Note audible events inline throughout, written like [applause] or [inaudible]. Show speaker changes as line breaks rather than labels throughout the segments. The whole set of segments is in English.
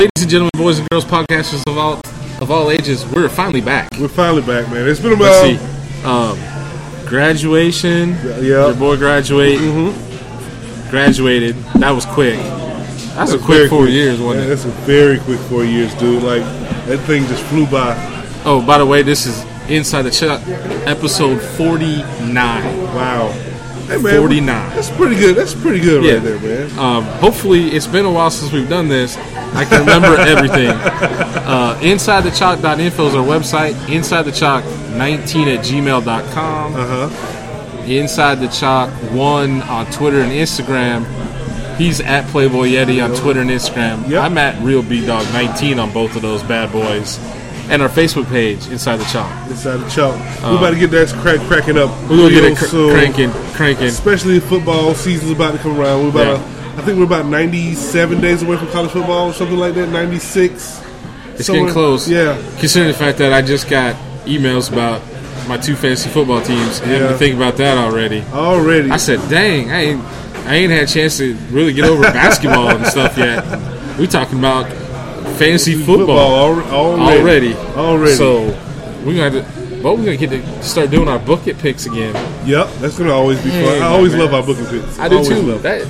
Ladies and gentlemen, boys and girls, podcasters of all of all ages, we're finally back.
We're finally back, man. It's been about.
Let's see, um, graduation.
Yeah.
your boy graduate. Graduated. That was quick. That's, a quick
very
four years, wasn't
Yeah,
it?
That's a very quick four years, dude. Like that thing just flew by.
Oh, by the way, this is Inside the Shot, episode forty nine.
Wow. Hey, man,
49.
That's pretty good. That's pretty good
Yeah.
right there, man.
Um, hopefully, it's been a while since we've done this. I can remember
[laughs]
everything. Uh, InsideTheChalk.info is our website. InsideTheChalk19 at gmail.com.
Uh huh.
Inside the Chalk One on Twitter and Instagram. He's at Playboy Yeti on Twitter and Instagram.
Yep.
I'm at Real B Dog 19 on both of those bad boys. And our Facebook page, Inside the Chalk.
Inside the chalk. We're about to get that crack cracking up.
Uh, We're gonna get
real
it cr-
soon.
cranking, cranking.
Especially football season's about to come around. We're about. A, I think we're about ninety-seven days away from college football, or something like that. Ninety-six.
It's getting close.
Yeah.
Considering the fact that I just got emails about my two fantasy football teams and having
Yeah.
to think about that already.
Already.
I said, dang, I ain't, I ain't had a chance to really get over basketball and stuff yet. we talking about fantasy football.
Football al-
already.
already. Already.
So we're gonna have to, but we're gonna get to start doing our bucket picks again.
Yep, that's gonna always be fun.
Hey,
I always
man.
love our booking picks.
I do
always
too.
Love it.
That,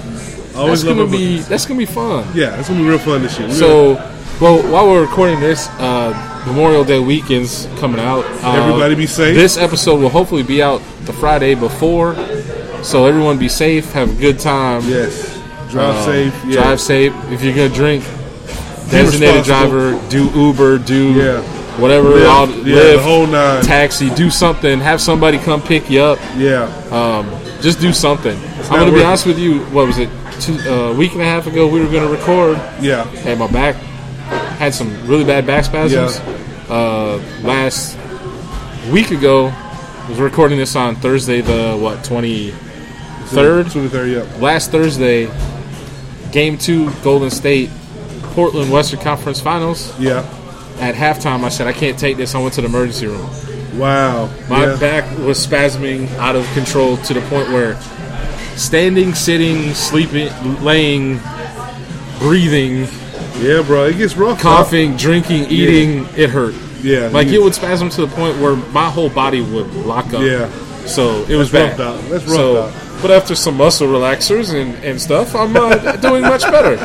Always
that's
love
gonna
our
be that's gonna be fun.
Yeah, it's gonna be real fun this year. We're
So, well, while we're recording this, uh, Memorial Day weekend's coming out. Uh,
Everybody be safe.
This episode will hopefully be out the Friday before, so everyone be safe, have a good time.
gonna- yes, drive
Um,
safe. Yeah.
Drive safe. If you're gonna drink, designated
responsible.
driver, do Uber, do
Yeah.
whatever,
Lyft,
all,
yeah, the
Lyft,
whole nine.
taxi, do something. Have somebody come pick you up.
yeah,
Um, just do something. I'm
not
gonna be
worth
honest with you. What was it? Two, uh, a week and a half ago, we were gonna record.
yeah.
Had my back. Had some really bad back spasms. Uh, last week ago, was recording this on Thursday, the what twenty third
twenty third. Yep.
last Thursday, game two, Golden State, Portland Western Conference Finals.
Yeah.
At halftime, I said, I can't take this. I went to the emergency room.
Wow.
My
yeah.
back was spasming out of control to the point where standing, sitting, sleeping, laying, breathing,
yeah, bro. It gets rough. bro.
coughing, drinking, eating, it hurt.
Yeah,
Like
you-
it would spasm to the point where my whole body would lock up.
Yeah.
So it was
rough,
bad.
dog. That's rough,
so,
dog.
But after some muscle relaxers and, and stuff, I'm uh, [laughs] doing much better.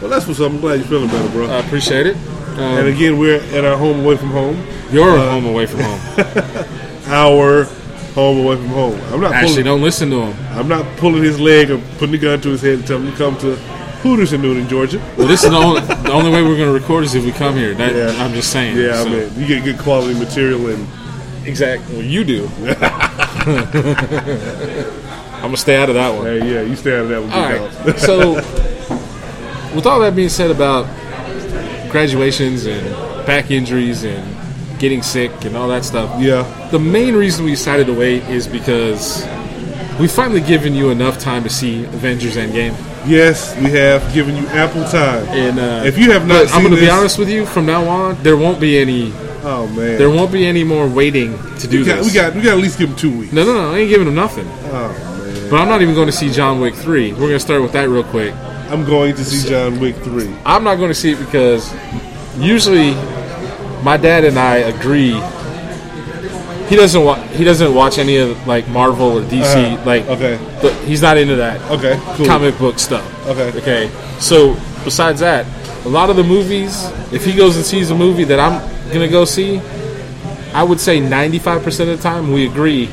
Well, that's what's up. I'm glad you're feeling better, bro.
I appreciate it.
and
Um,
again, we're at our home away from home.
you're
Uh,
home away from
[laughs]
home.
Our home away from home. I'm not
Actually,
pulling.
don't listen to him.
I'm not pulling his leg or putting the gun to his head and telling him to come to Hooters in Newton, Georgia.
Well, this is the only, the only way we're going to record is if we come here. That,
Yeah.
I'm just saying.
Yeah,
So-
I mean, you get good quality material and
exactly. Well, you
[laughs]
do. [laughs] I'm gonna stay out of that one.
hey, yeah, you stay out of that with
All
your
right.
dogs.
So, with all that being said about graduations and back injuries and getting sick and all that stuff,
yeah,
The main reason we decided to wait is because we've finally given you enough time to see Avengers Endgame.
yes, we have given you ample time.
And uh,
If you have not
but I'm
seen
gonna be
this-
honest with you. From now on, there won't be any.
oh man,
There won't be any more waiting to do
we, got,
this.
we got we got at least give them two weeks.
no, no, no. I ain't giving them nothing.
Oh man,
But I'm not even going to see John Wick three. We're gonna start with that real quick.
I'm going to see John Wick three.
I'm not going to see it because usually my dad and I agree. He doesn't wa- he doesn't watch any of like Marvel or DC
Uh-huh.
like
Okay.
but he's not into that.
Okay, cool.
comic book stuff.
Okay.
Okay. So besides that, a lot of the movies, if he goes and sees a movie that I'm gonna go see, I would say 95% of the time we agree,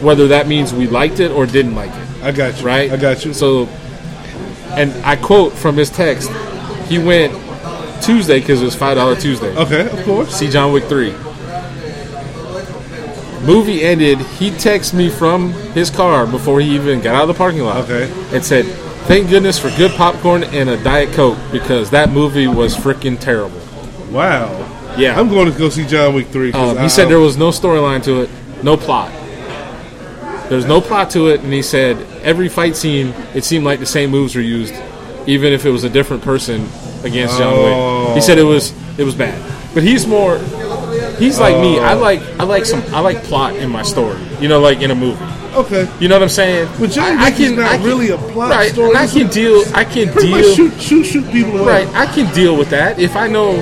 whether that means we liked it or didn't like it,
I got you.
right?
I got you.
So, and I quote from his text, he went Tuesday because it was five dollar Tuesday.
okay, of course.
See John Wick three. Movie ended. He texted me from his car before he even got out of the parking lot.
Okay.
And said, "Thank goodness for good popcorn and a diet coke because that movie was freaking terrible."
Wow.
Yeah.
I'm going to go see John Wick three. 'cause
Um,
I-
he said there was no storyline to it, no plot. There's no plot to it, and he said every fight scene, it seemed like the same moves were used, even if it was a different person against John Wick. He said it was it was bad, but he's more he's like me. I like I like some I like plot in my story, you know, like in a movie.
I'm- Okay.
You know what I'm saying?
But Johnny
I, I
Ricky's
can
not
I can-
really a plot
right,
story.
and I
It's
can
a-
deal. I can
Pretty much
deal.
shoot, shoot, shoot people. up.
Right, I can deal with that if I know.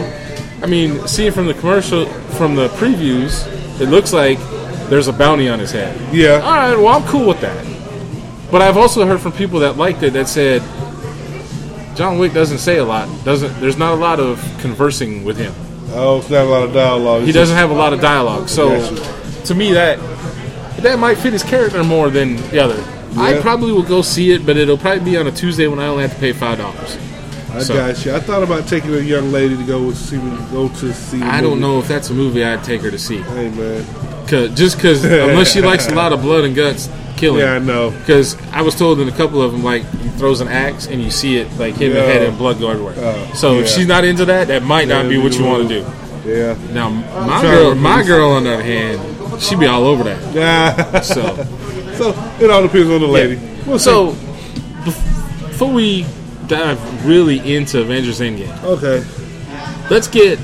I mean, seeing from the commercial, from the previews, it looks like there's a bounty on his head.
Yeah.
All right, well, I'm cool with that. But I've also heard from people that liked it that said John Wick doesn't say a lot. Doesn't there's not a lot of conversing with him.
Oh, it's not a lot of dialogue.
He doesn't have a lot of dialogue. So
Gotcha.
to me, that that might fit his character more than the other. I
Yeah.
probably will go see it, but it'll probably be on a Tuesday when I only have to pay five dollars.
I
so-
got you. I thought about taking a young lady to go to see go to see. the
I don't
movie.
know if that's a movie I'd take her to see.
Hey man.
Cause, just because,
[laughs]
unless she likes a lot of blood and guts killing.
Yeah, I know.
Because I was told in a couple of them, like, he throws an axe and you see it, like, hit him in the
Yeah.
head and blood go everywhere.
Oh,
so if
yeah.
she's not into that, that might not be what you want to do.
Yeah.
Now, my
trying
girl,
to
my girl, on the other hand, she'd be all over that.
Yeah. [laughs]
So,
so it all depends on the lady. We'll see.
so bef- before we dive really into Avengers Endgame,
okay.
let's get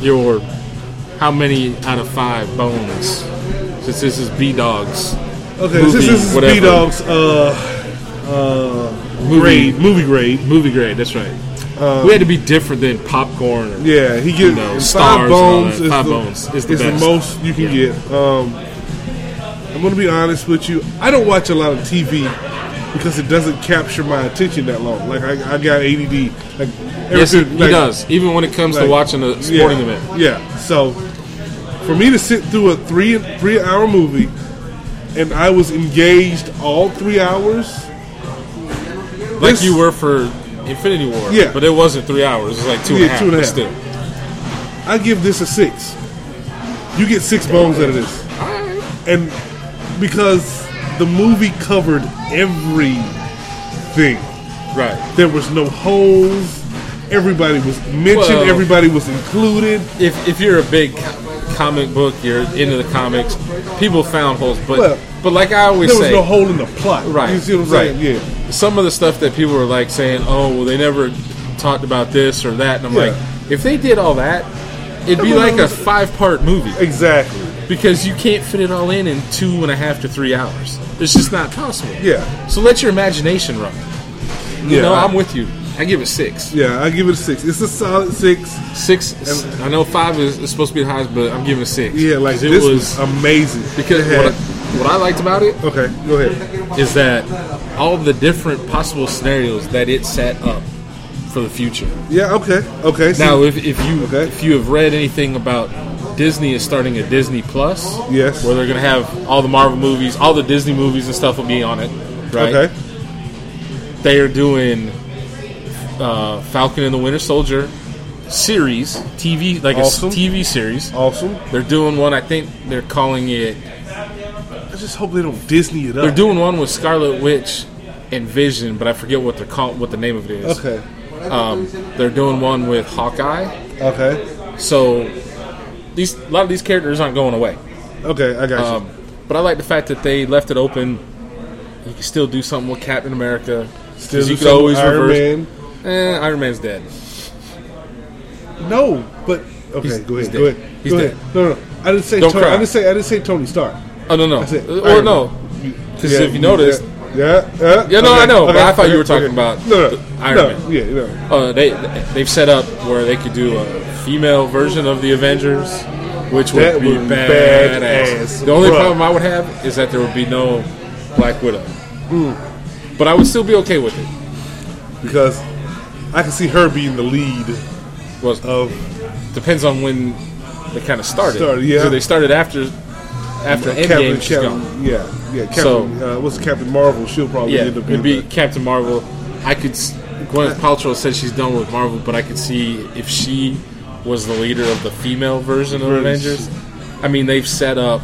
your how many out of five bones since this is B Dog's
Okay,
Movie,
this, this is
whatever.
B Dog's uh, uh, grade, movie grade. Um,
movie grade. That's right. we had to be different than popcorn. Or,
Yeah, he
You
gets
know, stars
five
and all
bones.
that.
Is
Five
the,
bones is the
is
best.
most you can
Yeah.
get. Um, I'm gonna be honest with you. I don't watch a lot of TV because it doesn't capture my attention that long. Like I, I got ADD. Like
Yes, he,
everything.
he
like,
does. Even when it comes to
like-
watching a sporting
yeah,
event,
Yeah. So for me to sit through a three three hour movie and I was engaged all three hours.
like
this-
you were for Infinity War.
Yeah.
but it wasn't three hours. It was like two and a
Yeah,
half.
two and a half.
Still,
I give this a six. You get six bones out of this. And because the movie covered everything,
right?
there was no holes. Everybody was mentioned.
Well-
everybody was included.
If if you're a big co- comic book, you're into the comics. People found holes, but
Well,
but like I always
There was
say,
no hole in the plot.
Right,
You see what I'm
right.
saying? Yeah.
some of the stuff that people were like saying, oh, well, they never talked about this or that. And I'm
Yeah.
like, if they did all that, it'd be
Everyone
like a
was-
five part movie
Exactly.
because you can't fit it all in in two and a half to three hours. It's just not possible.
Yeah.
So let your imagination run. You
Yeah,
know,
I-
I'm with you. I give it six.
Yeah, I give it a six. It's a solid six.
Six. I know five is, is supposed to be the highest, but I'm giving it six.
Yeah, like
'Cause
this was, amazing.
because
It had-
what I, what I liked about it
okay, go ahead.
is that all the different possible scenarios that it set up for the future.
Yeah, okay, okay. so-
Now, if, if you
Okay.
if you have read anything about Disney is starting a Disney Plus,
Yes.
where they're going to have all the Marvel movies, all the Disney movies and stuff will be on it, right?
okay,
They are doing uh, Falcon and the Winter Soldier series, TV like
Awesome.
a s- TV series.
awesome.
They're doing one. I think they're calling it.
I just hope they don't Disney it up.
They're doing one with Scarlet Witch and Vision, but I forget what they're called, what the name of it is.
okay,
Um, they're doing one with Hawkeye.
okay,
So these a lot of these characters aren't going away.
okay. I got you.
Um, but I like the fact that they left it open. You can still do something with Captain America. 'Cause you
There's
could always
Iron
reverse. Eh,
Man.
Iron Man's dead.
No, but okay.
He's-
go
he's
ahead.
dead.
Go ahead.
He's
go
dead.
ahead. No, no. I didn't say.
Don't
Tony,
cry.
I didn't say. I didn't say Tony Stark.
Oh no no.
I said.
Uh,
Iron
Or no.
Man.
'Cause if you noticed-
Yeah. Yeah.
Yeah, no, I know, but I thought you were talking
okay.
about
no,
the
no,
Iron
no,
Man.
Yeah. No.
Uh, they they've set up where they could do a female version of the Avengers, which would
That
be
would be
badass.
badass,
The only
bruh.
problem I would have is that there would be no Black Widow. But I would still be okay with it.
Because I can see her being the lead
Was
of
depends on when they kind of started.
Started, yeah.
So they started after after Endgame.
Captain.
she's gone.
Captain yeah. Yeah. Captain.
So-
uh, what's Captain Marvel? She'll probably
Yeah,
end up
it'd
being.
be
the-
Captain Marvel. I could. s- Gwyneth Paltrow said she's done with Marvel, but I could see if she was the leader of the female version of
Right.
Avengers. I mean, they've set up.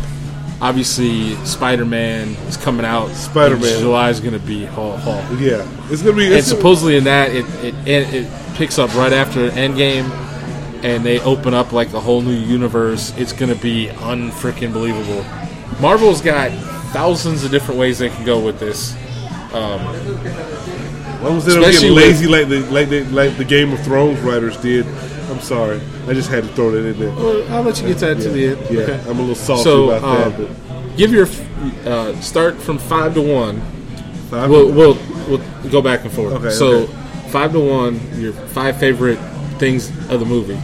Obviously, Spider Man is coming out.
Spider-Man.
July is going to be haul haul.
yeah. It's gonna be.
And
It's
supposedly in that it it, it it picks up right after Endgame, and they open up like a whole new universe. It's gonna be unfreaking believable. Marvel's got thousands of different ways they can go with this.
As long as they don't get
Especially
lazy like the like the like the Game of Thrones writers did. I'm sorry, I just had to throw that in there.
I'll let you get that Oh, to the end.
Yeah, I'm a little salty
So,
about
um,
that.
give your uh, start from five to one.
Five
We'll we'll we'll go back and forth.
Okay,
so
okay.
five to one, your five favorite things of the movie.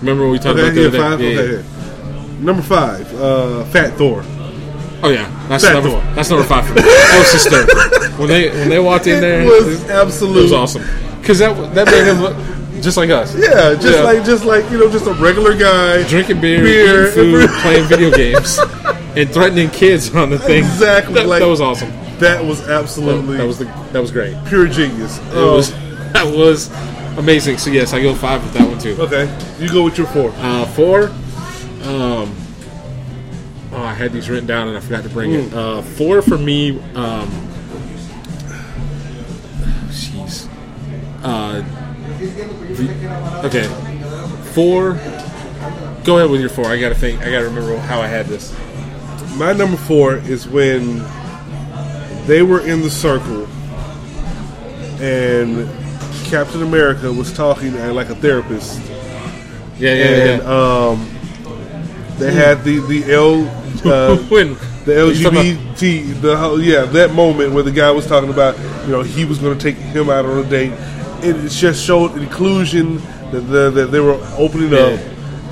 Remember when we talked
okay,
about the
yeah,
other
five.
day? Yeah,
okay, yeah. Number five, uh, Fat Thor.
yeah. Oh yeah, that's
Back
number
door.
that's number five for me. That was hysterical. when they when they walked in there,
It was
it
absolute.
was awesome because that that made him look just like us.
Yeah, just
Yeah.
like just like you know, just a regular guy.
drinking beer,
Beer.
eating
[laughs]
food, playing video games, and threatening kids on the thing.
Exactly,
That,
like-
that was awesome.
That was absolutely
That was the, that was great.
pure genius. It
It was [laughs] that was amazing. So yes, I go five with that one too.
Um, okay. You go with your four.
Uh, four. Um, oh, I had these written down and I forgot to bring
Hmm.
it. Uh, four for me. Um, jeez. Uh, the- okay. Four. Go ahead with your four. I gotta think. I gotta remember how I had this.
My number four is when they were in the circle and Captain America was talking uh, like a therapist.
Yeah, yeah, yeah.
And um, they had the the L uh,
[laughs] when
the
you talking about-
LGBT, the whole, yeah, that moment where the guy was talking about, you know, he was going to take him out on a date. It just showed inclusion that the, that they were opening up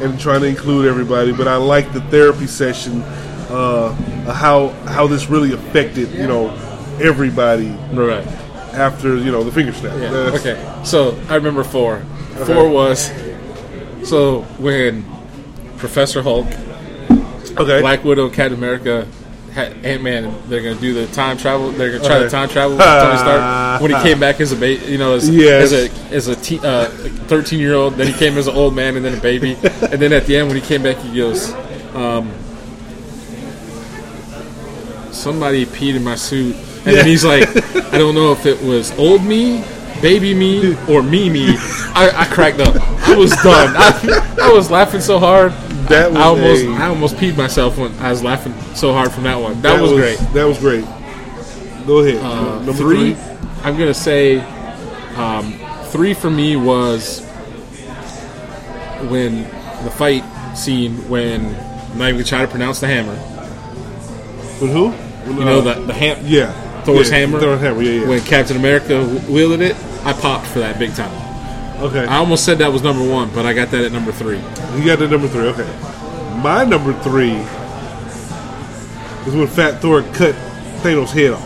and trying to include everybody. But I like the therapy session, uh, how how this really affected you know everybody
right.
after you know the finger snap.
Yeah.
That's-
Okay. So I remember four.
Okay.
Four was so when Professor Hulk,
okay,
Black Widow, Captain America, Ant Man, they're gonna do the time travel. They're gonna try
Okay.
the time travel with Tony Stark
[laughs]
when he came back as a ba- you know as, as
Yes.
a as a teen, uh, thirteen year old. Then he came as an old man and then a
[laughs]
baby. and then at the end when he came back, he goes. Um, Somebody peed in my suit, and then he's like,
[laughs]
"I don't know if it was old me, baby me, or me me." I, I cracked up. I was done. I, I was laughing so hard.
That was
I almost
a-
I almost peed myself when I was laughing so hard from that one. That,
that
was, great.
That was great. Go ahead.
Uh,
Number
3
three.
three, I'm gonna say, um, three for me was when the fight scene when I'm not even gonna try to pronounce the hammer.
With who? Uh,
You know the the ham.
Yeah.
Thor's
yeah,
hammer.
Thor's hammer. Yeah, yeah.
When Captain America w- wielded it, I popped for that big time.
okay.
I almost said that was number one, but I got that at number three.
You got the number three. Okay. My number three is when Fat Thor cut Thanos' head off.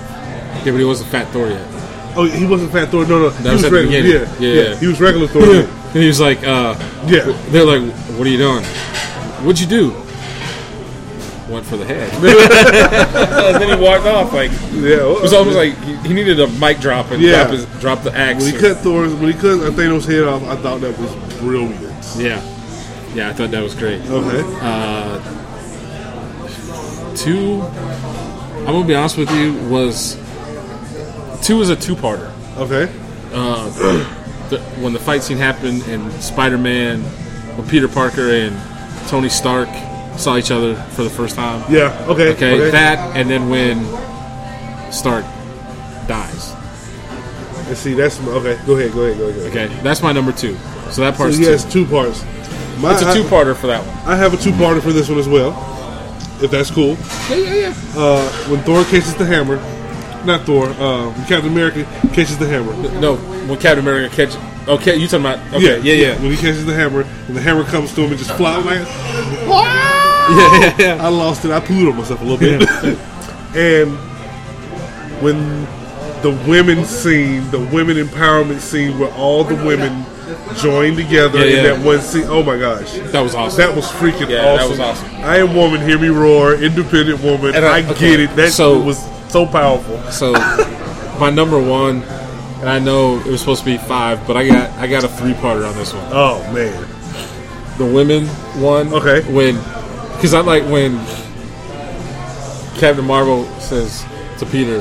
Yeah, but he wasn't Fat Thor yet.
Oh, he wasn't Fat Thor. No, no. he
was at the
regular.
beginning.
yeah,
Yeah,
yeah,
yeah.
He was regular Thor. yeah.
and he was like, uh,
[laughs] Yeah.
They're like, what are you doing? What'd you do? Went for the head.
[laughs]
[laughs] and then he walked off. Like it
Yeah. It
was almost like he, he needed a mic drop and
Yeah.
drop, his, drop the axe.
when he
or-
cut Thor. When he cut Thanos' head off, I thought that was brilliant.
yeah, yeah. I thought that was great.
Okay.
Two. I'm gonna be honest with you. Was two was a two-parter.
Okay.
the, when the fight scene happened and Spider-Man, when Peter Parker and Tony Stark saw each other for the first time.
Yeah. Okay.
Okay, that and then when Stark dies.
Let's see. That's my, okay. Go ahead. Go ahead. Go ahead. Go ahead.
Okay, that's my number two. So that
So
part's
he has two parts.
two.
My,
It's a two-parter for that one.
I, I have a two-parter for this one as well, if that's cool.
Yeah, yeah, yeah.
uh, when Thor catches the hammer, not Thor, uh, when Captain America catches the hammer.
No, when Captain America catch. Okay, you talking about? Okay, yeah, yeah, yeah,
When he catches the hammer, and the hammer comes to him and just flies like,
[laughs] yeah, yeah.
I lost it. I pooed on myself a little bit. [laughs] and when the women scene, the women empowerment scene, where all the women join together
Yeah, yeah.
in that one scene. Oh my gosh.
That was awesome.
That was freaking
Yeah, that
awesome.
was awesome.
I am woman, hear me roar, independent woman.
And
I,
I-
get
okay,
it. That
so-
was so powerful.
So my number one, and I know it was supposed to be five, but I got I got a three-parter on this one.
Oh man.
the women one.
Okay.
When, because I like when Captain Marvel says to Peter,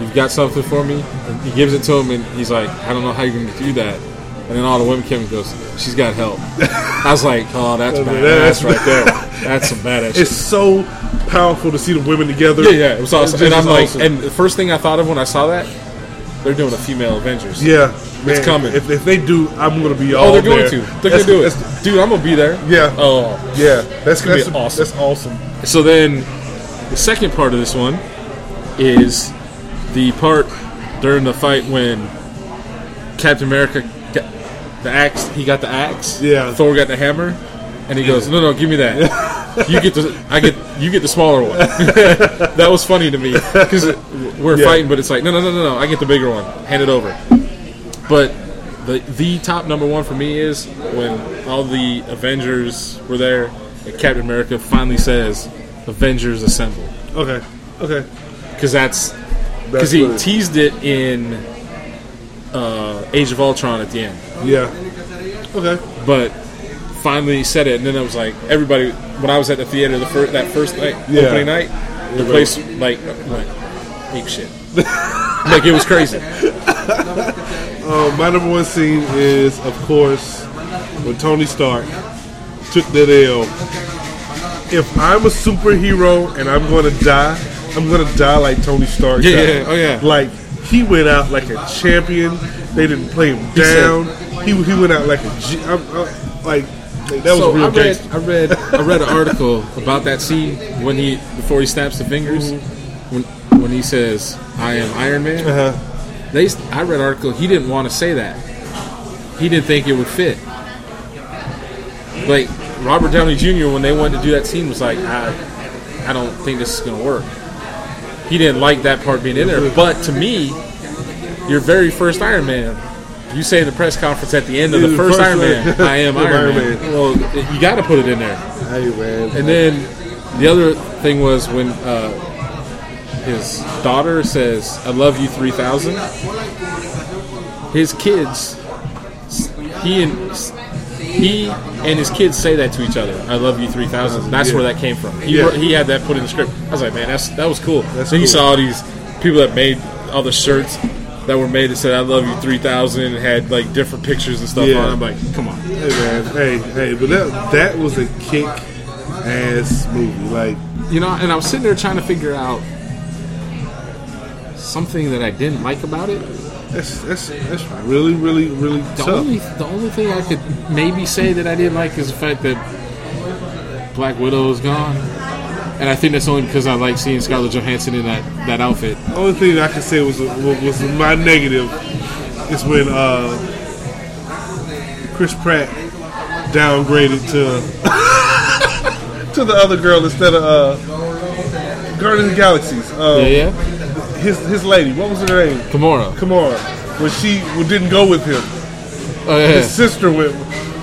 "You've got something for me." And he gives it to him, and he's like, "I don't know how you're going to do that." And then all the women came and goes, "She's got help." I was like, "Oh, that's bad. That's right there. That's some badass." shit."
It's so powerful to see the women together.
yeah, yeah, it was awesome.
just
And I'm like,
awesome.
and the first thing I thought of when I saw that, they're doing a female Avengers.
yeah, man,
coming.
If, if they do, I'm gonna be all
Oh, they're
there.
going to. They're
That's-
going to do
that's-
it, dude. I'm gonna be there.
Yeah.
Oh,
Yeah, that's
gonna
that's
be awesome.
That's awesome.
So then The second part of this one is the part during the fight when Captain America got the axe. He got the axe.
Yeah.
Thor got the hammer, and he goes, "No, no, give me
[laughs]
that. You get the I get you get the smaller one." [laughs] that was funny to me because we're
Yeah.
fighting, but it's like, no, no, no, no, no. I get the bigger one. Hand it over. But the the top number one for me is when all the Avengers were there, and Captain America finally says, "Avengers assemble."
Okay. Okay.
because that's
That's
because he
what it-
teased it in uh, Age of Ultron at the end,
Yeah. Okay.
but finally he said it, and then I was like, everybody. When I was at the theater the fir- that first night,
Yeah.
opening night, the
Everybody-
place like like ape shit. like it was crazy.
Um, my number one scene is, of course, when Tony Stark took that L. If I'm a superhero and I'm going to die, I'm going to die like Tony Stark.
Yeah,
died.
yeah, oh, yeah.
Like he went out like a champion. They didn't play him
He said-
down. He he went out like a G- I'm, I'm, like, like that was
so
real
I read,
gangster.
I read I read an article about that scene when he before he snaps the fingers
Mm-hmm.
when when he says I am Iron Man.
Uh-huh.
They I read an article he didn't want to say that. He didn't think it would fit. Like Robert Downey Jr. when they wanted to do that scene was like I I don't think this is going to work. He didn't like that part being in
Mm-hmm.
there, but to me your very first Iron Man you say in the press conference at the end of the
Yeah,
first, Iron Man, I am Iron,
Iron
Man. Well, you got to put it in there.
Hey man,
And then the other thing was when uh, his daughter says, "I love you 3000." His kids, he and he and his kids say that to each other. "I love you 3000." That's
Yeah.
where that came from. He,
Yeah.
wrote- he had that put in the script. I was like, man, that's that was cool.
That's
then you
cool.
saw all these people that made all the shirts that were made that said "I love you 3000" and had like different pictures and stuff
Yeah.
on. I'm like, come on.
hey man, hey hey, but that that was a kick ass movie. Like
you know, and I was sitting there trying to figure out something that I didn't like about it.
that's that's that's really really really
The
tough.
only the only thing I could maybe say that I didn't like is the fact that Black Widow is gone. And I think that's only because I like seeing Scarlett Johansson in that, that outfit.
Only thing I can say was was my negative is when uh, Chris Pratt downgraded to [laughs] to the other girl instead of uh, Guardians of the Galaxies. Um,
Yeah, yeah.
His his lady, what was her name?
Gamora.
Kamara. When she w- didn't go with him,
Oh, yeah.
his sister went.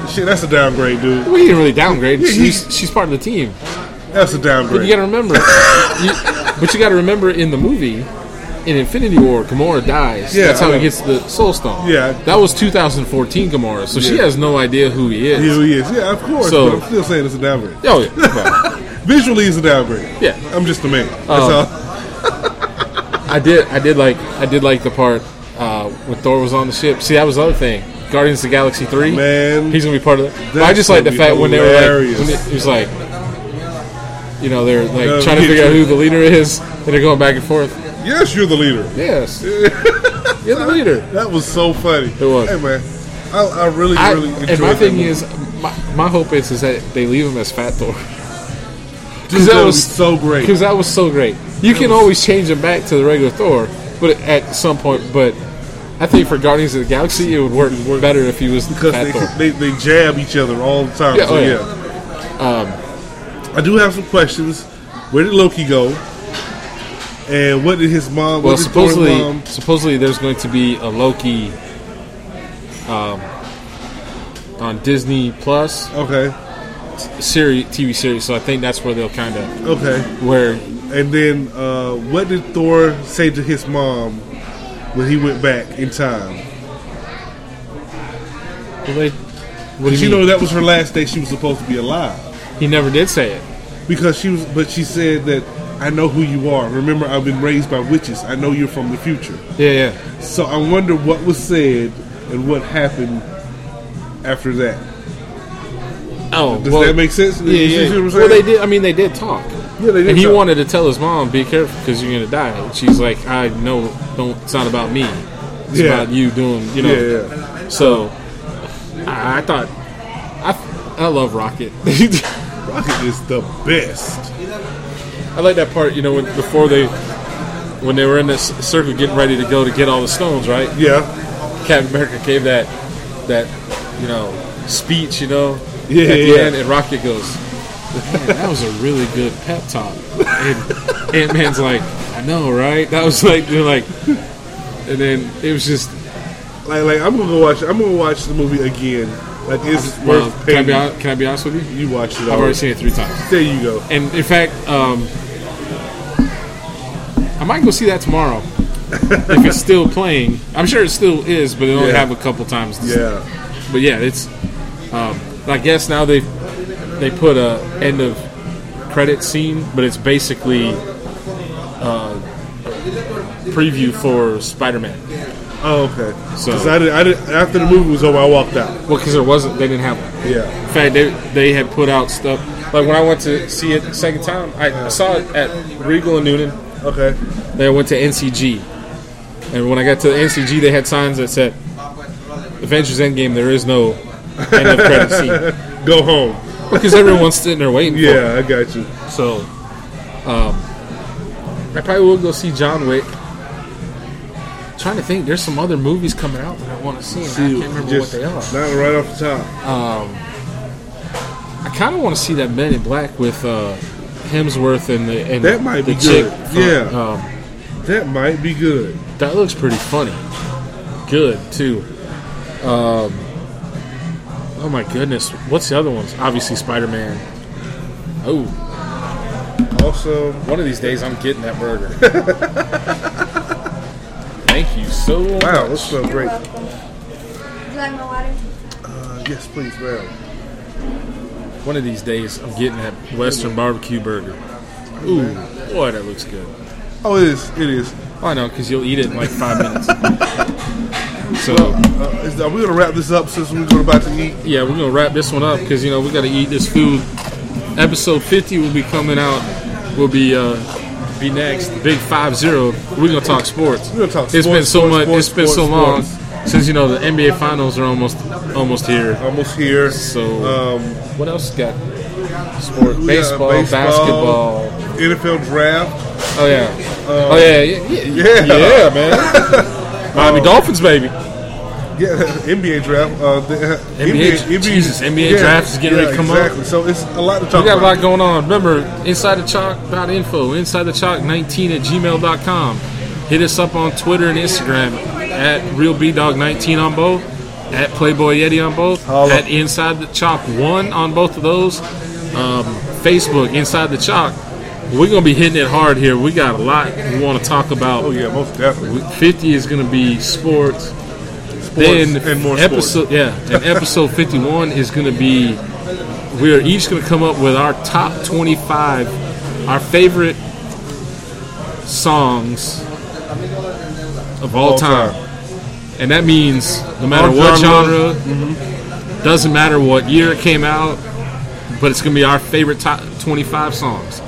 Shit, that's a downgrade, dude.
Well, he didn't really downgrade.
Yeah, he-
She's, she's part of the team.
That's a
But you
downgrade.
got to remember. you, but you got to remember in the movie, in Infinity War, Gamora dies.
Yeah,
That's
I
how he
know.
gets the Soul Stone.
Yeah.
That was 2014 Gamora, so she
Yeah.
has no idea who he is.
Here he is. Yeah, of course.
So-
but I'm still saying it's a downgrade.
Oh yeah.
[laughs]
Well,
Visually, it's a downgrade.
Yeah. Um,
I'm just a man. That's all.
I did. I did like. I did like the part uh, when Thor was on the ship. See, that was the other thing. Guardians of the Galaxy three.
Man.
he's gonna be part of that. But I
That's
just like the
gonna be
fact when they were like,
hilarious.
when it, it was like, you know, they're like
No,
trying to
yeah.
figure out who the leader is, and they're going back and forth.
Yes, you're the leader. [laughs]
Yes, you're the leader.
That was so funny. It
was.
Hey man, I, I really
I,
really enjoyed
and my
that
thing
movie.
is, my, my hope is is that they leave him as Fat Thor [laughs]
Dude,
that
that
was-
was so great.
because that was so great. You can always change him back to the regular Thor, but at some point, but I think for Guardians of the Galaxy, it would work better if he was
Because
Fat
[laughs]
Thor.
they, they they jab each other all the time.
Yeah,
so
oh, yeah.
yeah. Um, I do have some questions. Where did Loki go? And what did his mom?
Well,
what did Thor's
supposedly,
mom?
supposedly there's going to be a Loki um, on Disney Plus
Okay,
series, TV series. So I think that's where they'll kind of
okay.
where
And then uh, what did Thor say to his mom when he went back in time?
well, they. What do
Did
you
you
mean?
know that was her last day? She was supposed to be alive.
he never did say it.
because she was but she said that I know who you are. Remember I've been raised by witches. I know you're from the future.
Yeah, yeah.
So I wonder what was said and what happened after that.
Oh,
Does
well,
that make sense?
Yeah,
You
yeah.
see what I'm
Well,
saying?
they did. I mean, they did talk.
Yeah, they did
And he
talk.
wanted to tell his mom, "Be careful, because you're gonna die." And she's like, "I know. Don't. It's not about me. It's
Yeah.
about you doing. You know."
Yeah, yeah.
So, I, I thought, I, I love Rocket. [laughs]
Rocket is the best.
I like that part. You know, when before they when they were in this circle getting ready to go to get all the stones, right?
Yeah.
Captain America gave that that you know speech, you know,
Yeah,
at the
yeah.
end, and Rocket goes, "Man, that was a really good pep talk." And Ant Man's like, "I know, right?" That was like, they're like, and then it was just,
Like, like I'm gonna go watch. I'm gonna watch the movie again. Like it's
well,
worth
can I
paying.
be hon- can I be honest with you?
you watch it.
I've
all.
already seen it three times,
There you go.
and in fact, um, I might go see that tomorrow if it's still playing. I'm sure it still is, but it only
Yeah.
have a couple times. this-
Yeah.
But yeah, it's. Um, I guess now they they put a end of credit scene, but it's basically uh, preview for Spider Man.
Oh, okay.
So-
'Cause I did, I did, after the movie was over, I walked out.
Well, because there wasn't, they didn't have one.
Yeah.
In fact, they they had put out stuff. Like when I went to see it the second time, I, I saw it at Regal and Noonan.
Okay.
Then I went to NCG, and when I got to the NCG, they had signs that said "Avengers Endgame." There is no end of credit scene
Go home.
because everyone's sitting there waiting. for it.
Yeah, I got you.
So, um, I probably will go see John Wick. trying to think, there's some other movies coming out that I want to see, and I can't remember what
Just
they are.
not right off the top.
I kind of want to see that Men in Black with uh, Hemsworth and the and
That might
the
be
chick
good.
from-
Yeah. That might be good.
um, that looks pretty funny. Good too. Um, oh my goodness, what's the other ones? Obviously Spider Man. Oh.
Also,
One of these days, I'm getting that burger. [laughs] Thank you so much.
wow, that's so great.
welcome. Do you like my water?
Uh, yes, please, ma'am.
One of these days, I'm getting that Western barbecue burger. Ooh, boy, that looks good.
Oh, it is. It is.
Oh, I know, because you'll eat it in like five minutes. So,
Uh, is- are we gonna wrap this up since we're gonna about to eat?
yeah, we're going to wrap this one up because, you know, we got to eat this food. Episode 50 will be coming out, will be uh, be next. Big 5 0. We're going to talk sports.
We're gonna talk
It's been
sports,
so
sports,
much,
sports,
it's been so
sports,
long
sports.
since, you know, the NBA finals are almost almost here.
Almost here.
So-
um,
What else got? Sport,
we got
baseball, basketball.
NFL draft.
Oh yeah, oh yeah, yeah, yeah,
yeah.
yeah, man. Miami Dolphins, baby.
Yeah, NBA draft. Uh, the,
NBA Jesus, NBA draft is getting ready to come up.
Exactly. So it's a lot to talk
We got a
about.
lot going on. Remember, inside the chalk.info, inside the chalk19 at gmail.com. Hit us up on Twitter and Instagram at realbdog19 on both, at Playboy Yeti on both,
Holla.
at Inside the Chalk1 on both of those. Um, Facebook, Inside the Chalk. We're going to be hitting it hard here. We got a lot we want to talk about.
oh yeah, most definitely.
50 is going to be sports.
Sports
then
and more sports.
episode yeah, and episode 51 is going to be we are each going to come up with our top 25 our favorite songs of all,
All
time.
time.
And that means no matter
All
what genre,
genres. Mm-hmm.
doesn't matter what year it came out, but it's going to be our favorite top 25 songs,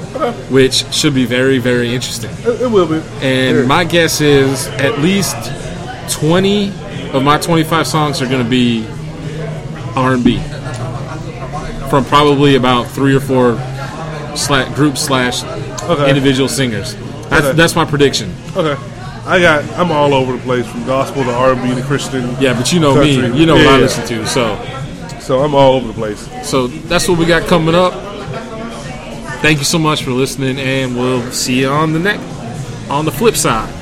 which should be very very interesting.
It, it will be.
And
Sure.
my guess is at least 20 of my 25 songs are going to be R&B from probably about three or four sla- group slash
Okay.
individual singers. That's,
Okay.
that's my prediction.
okay. I got. I'm all over the place from gospel to R&B to Christian.
Yeah, but you know
Country.
me. You know what
Yeah,
I
yeah.
listen to. So,
So I'm all over the place.
so that's what we got coming up. Thank you so much for listening, and we'll see you on the next on the flip side.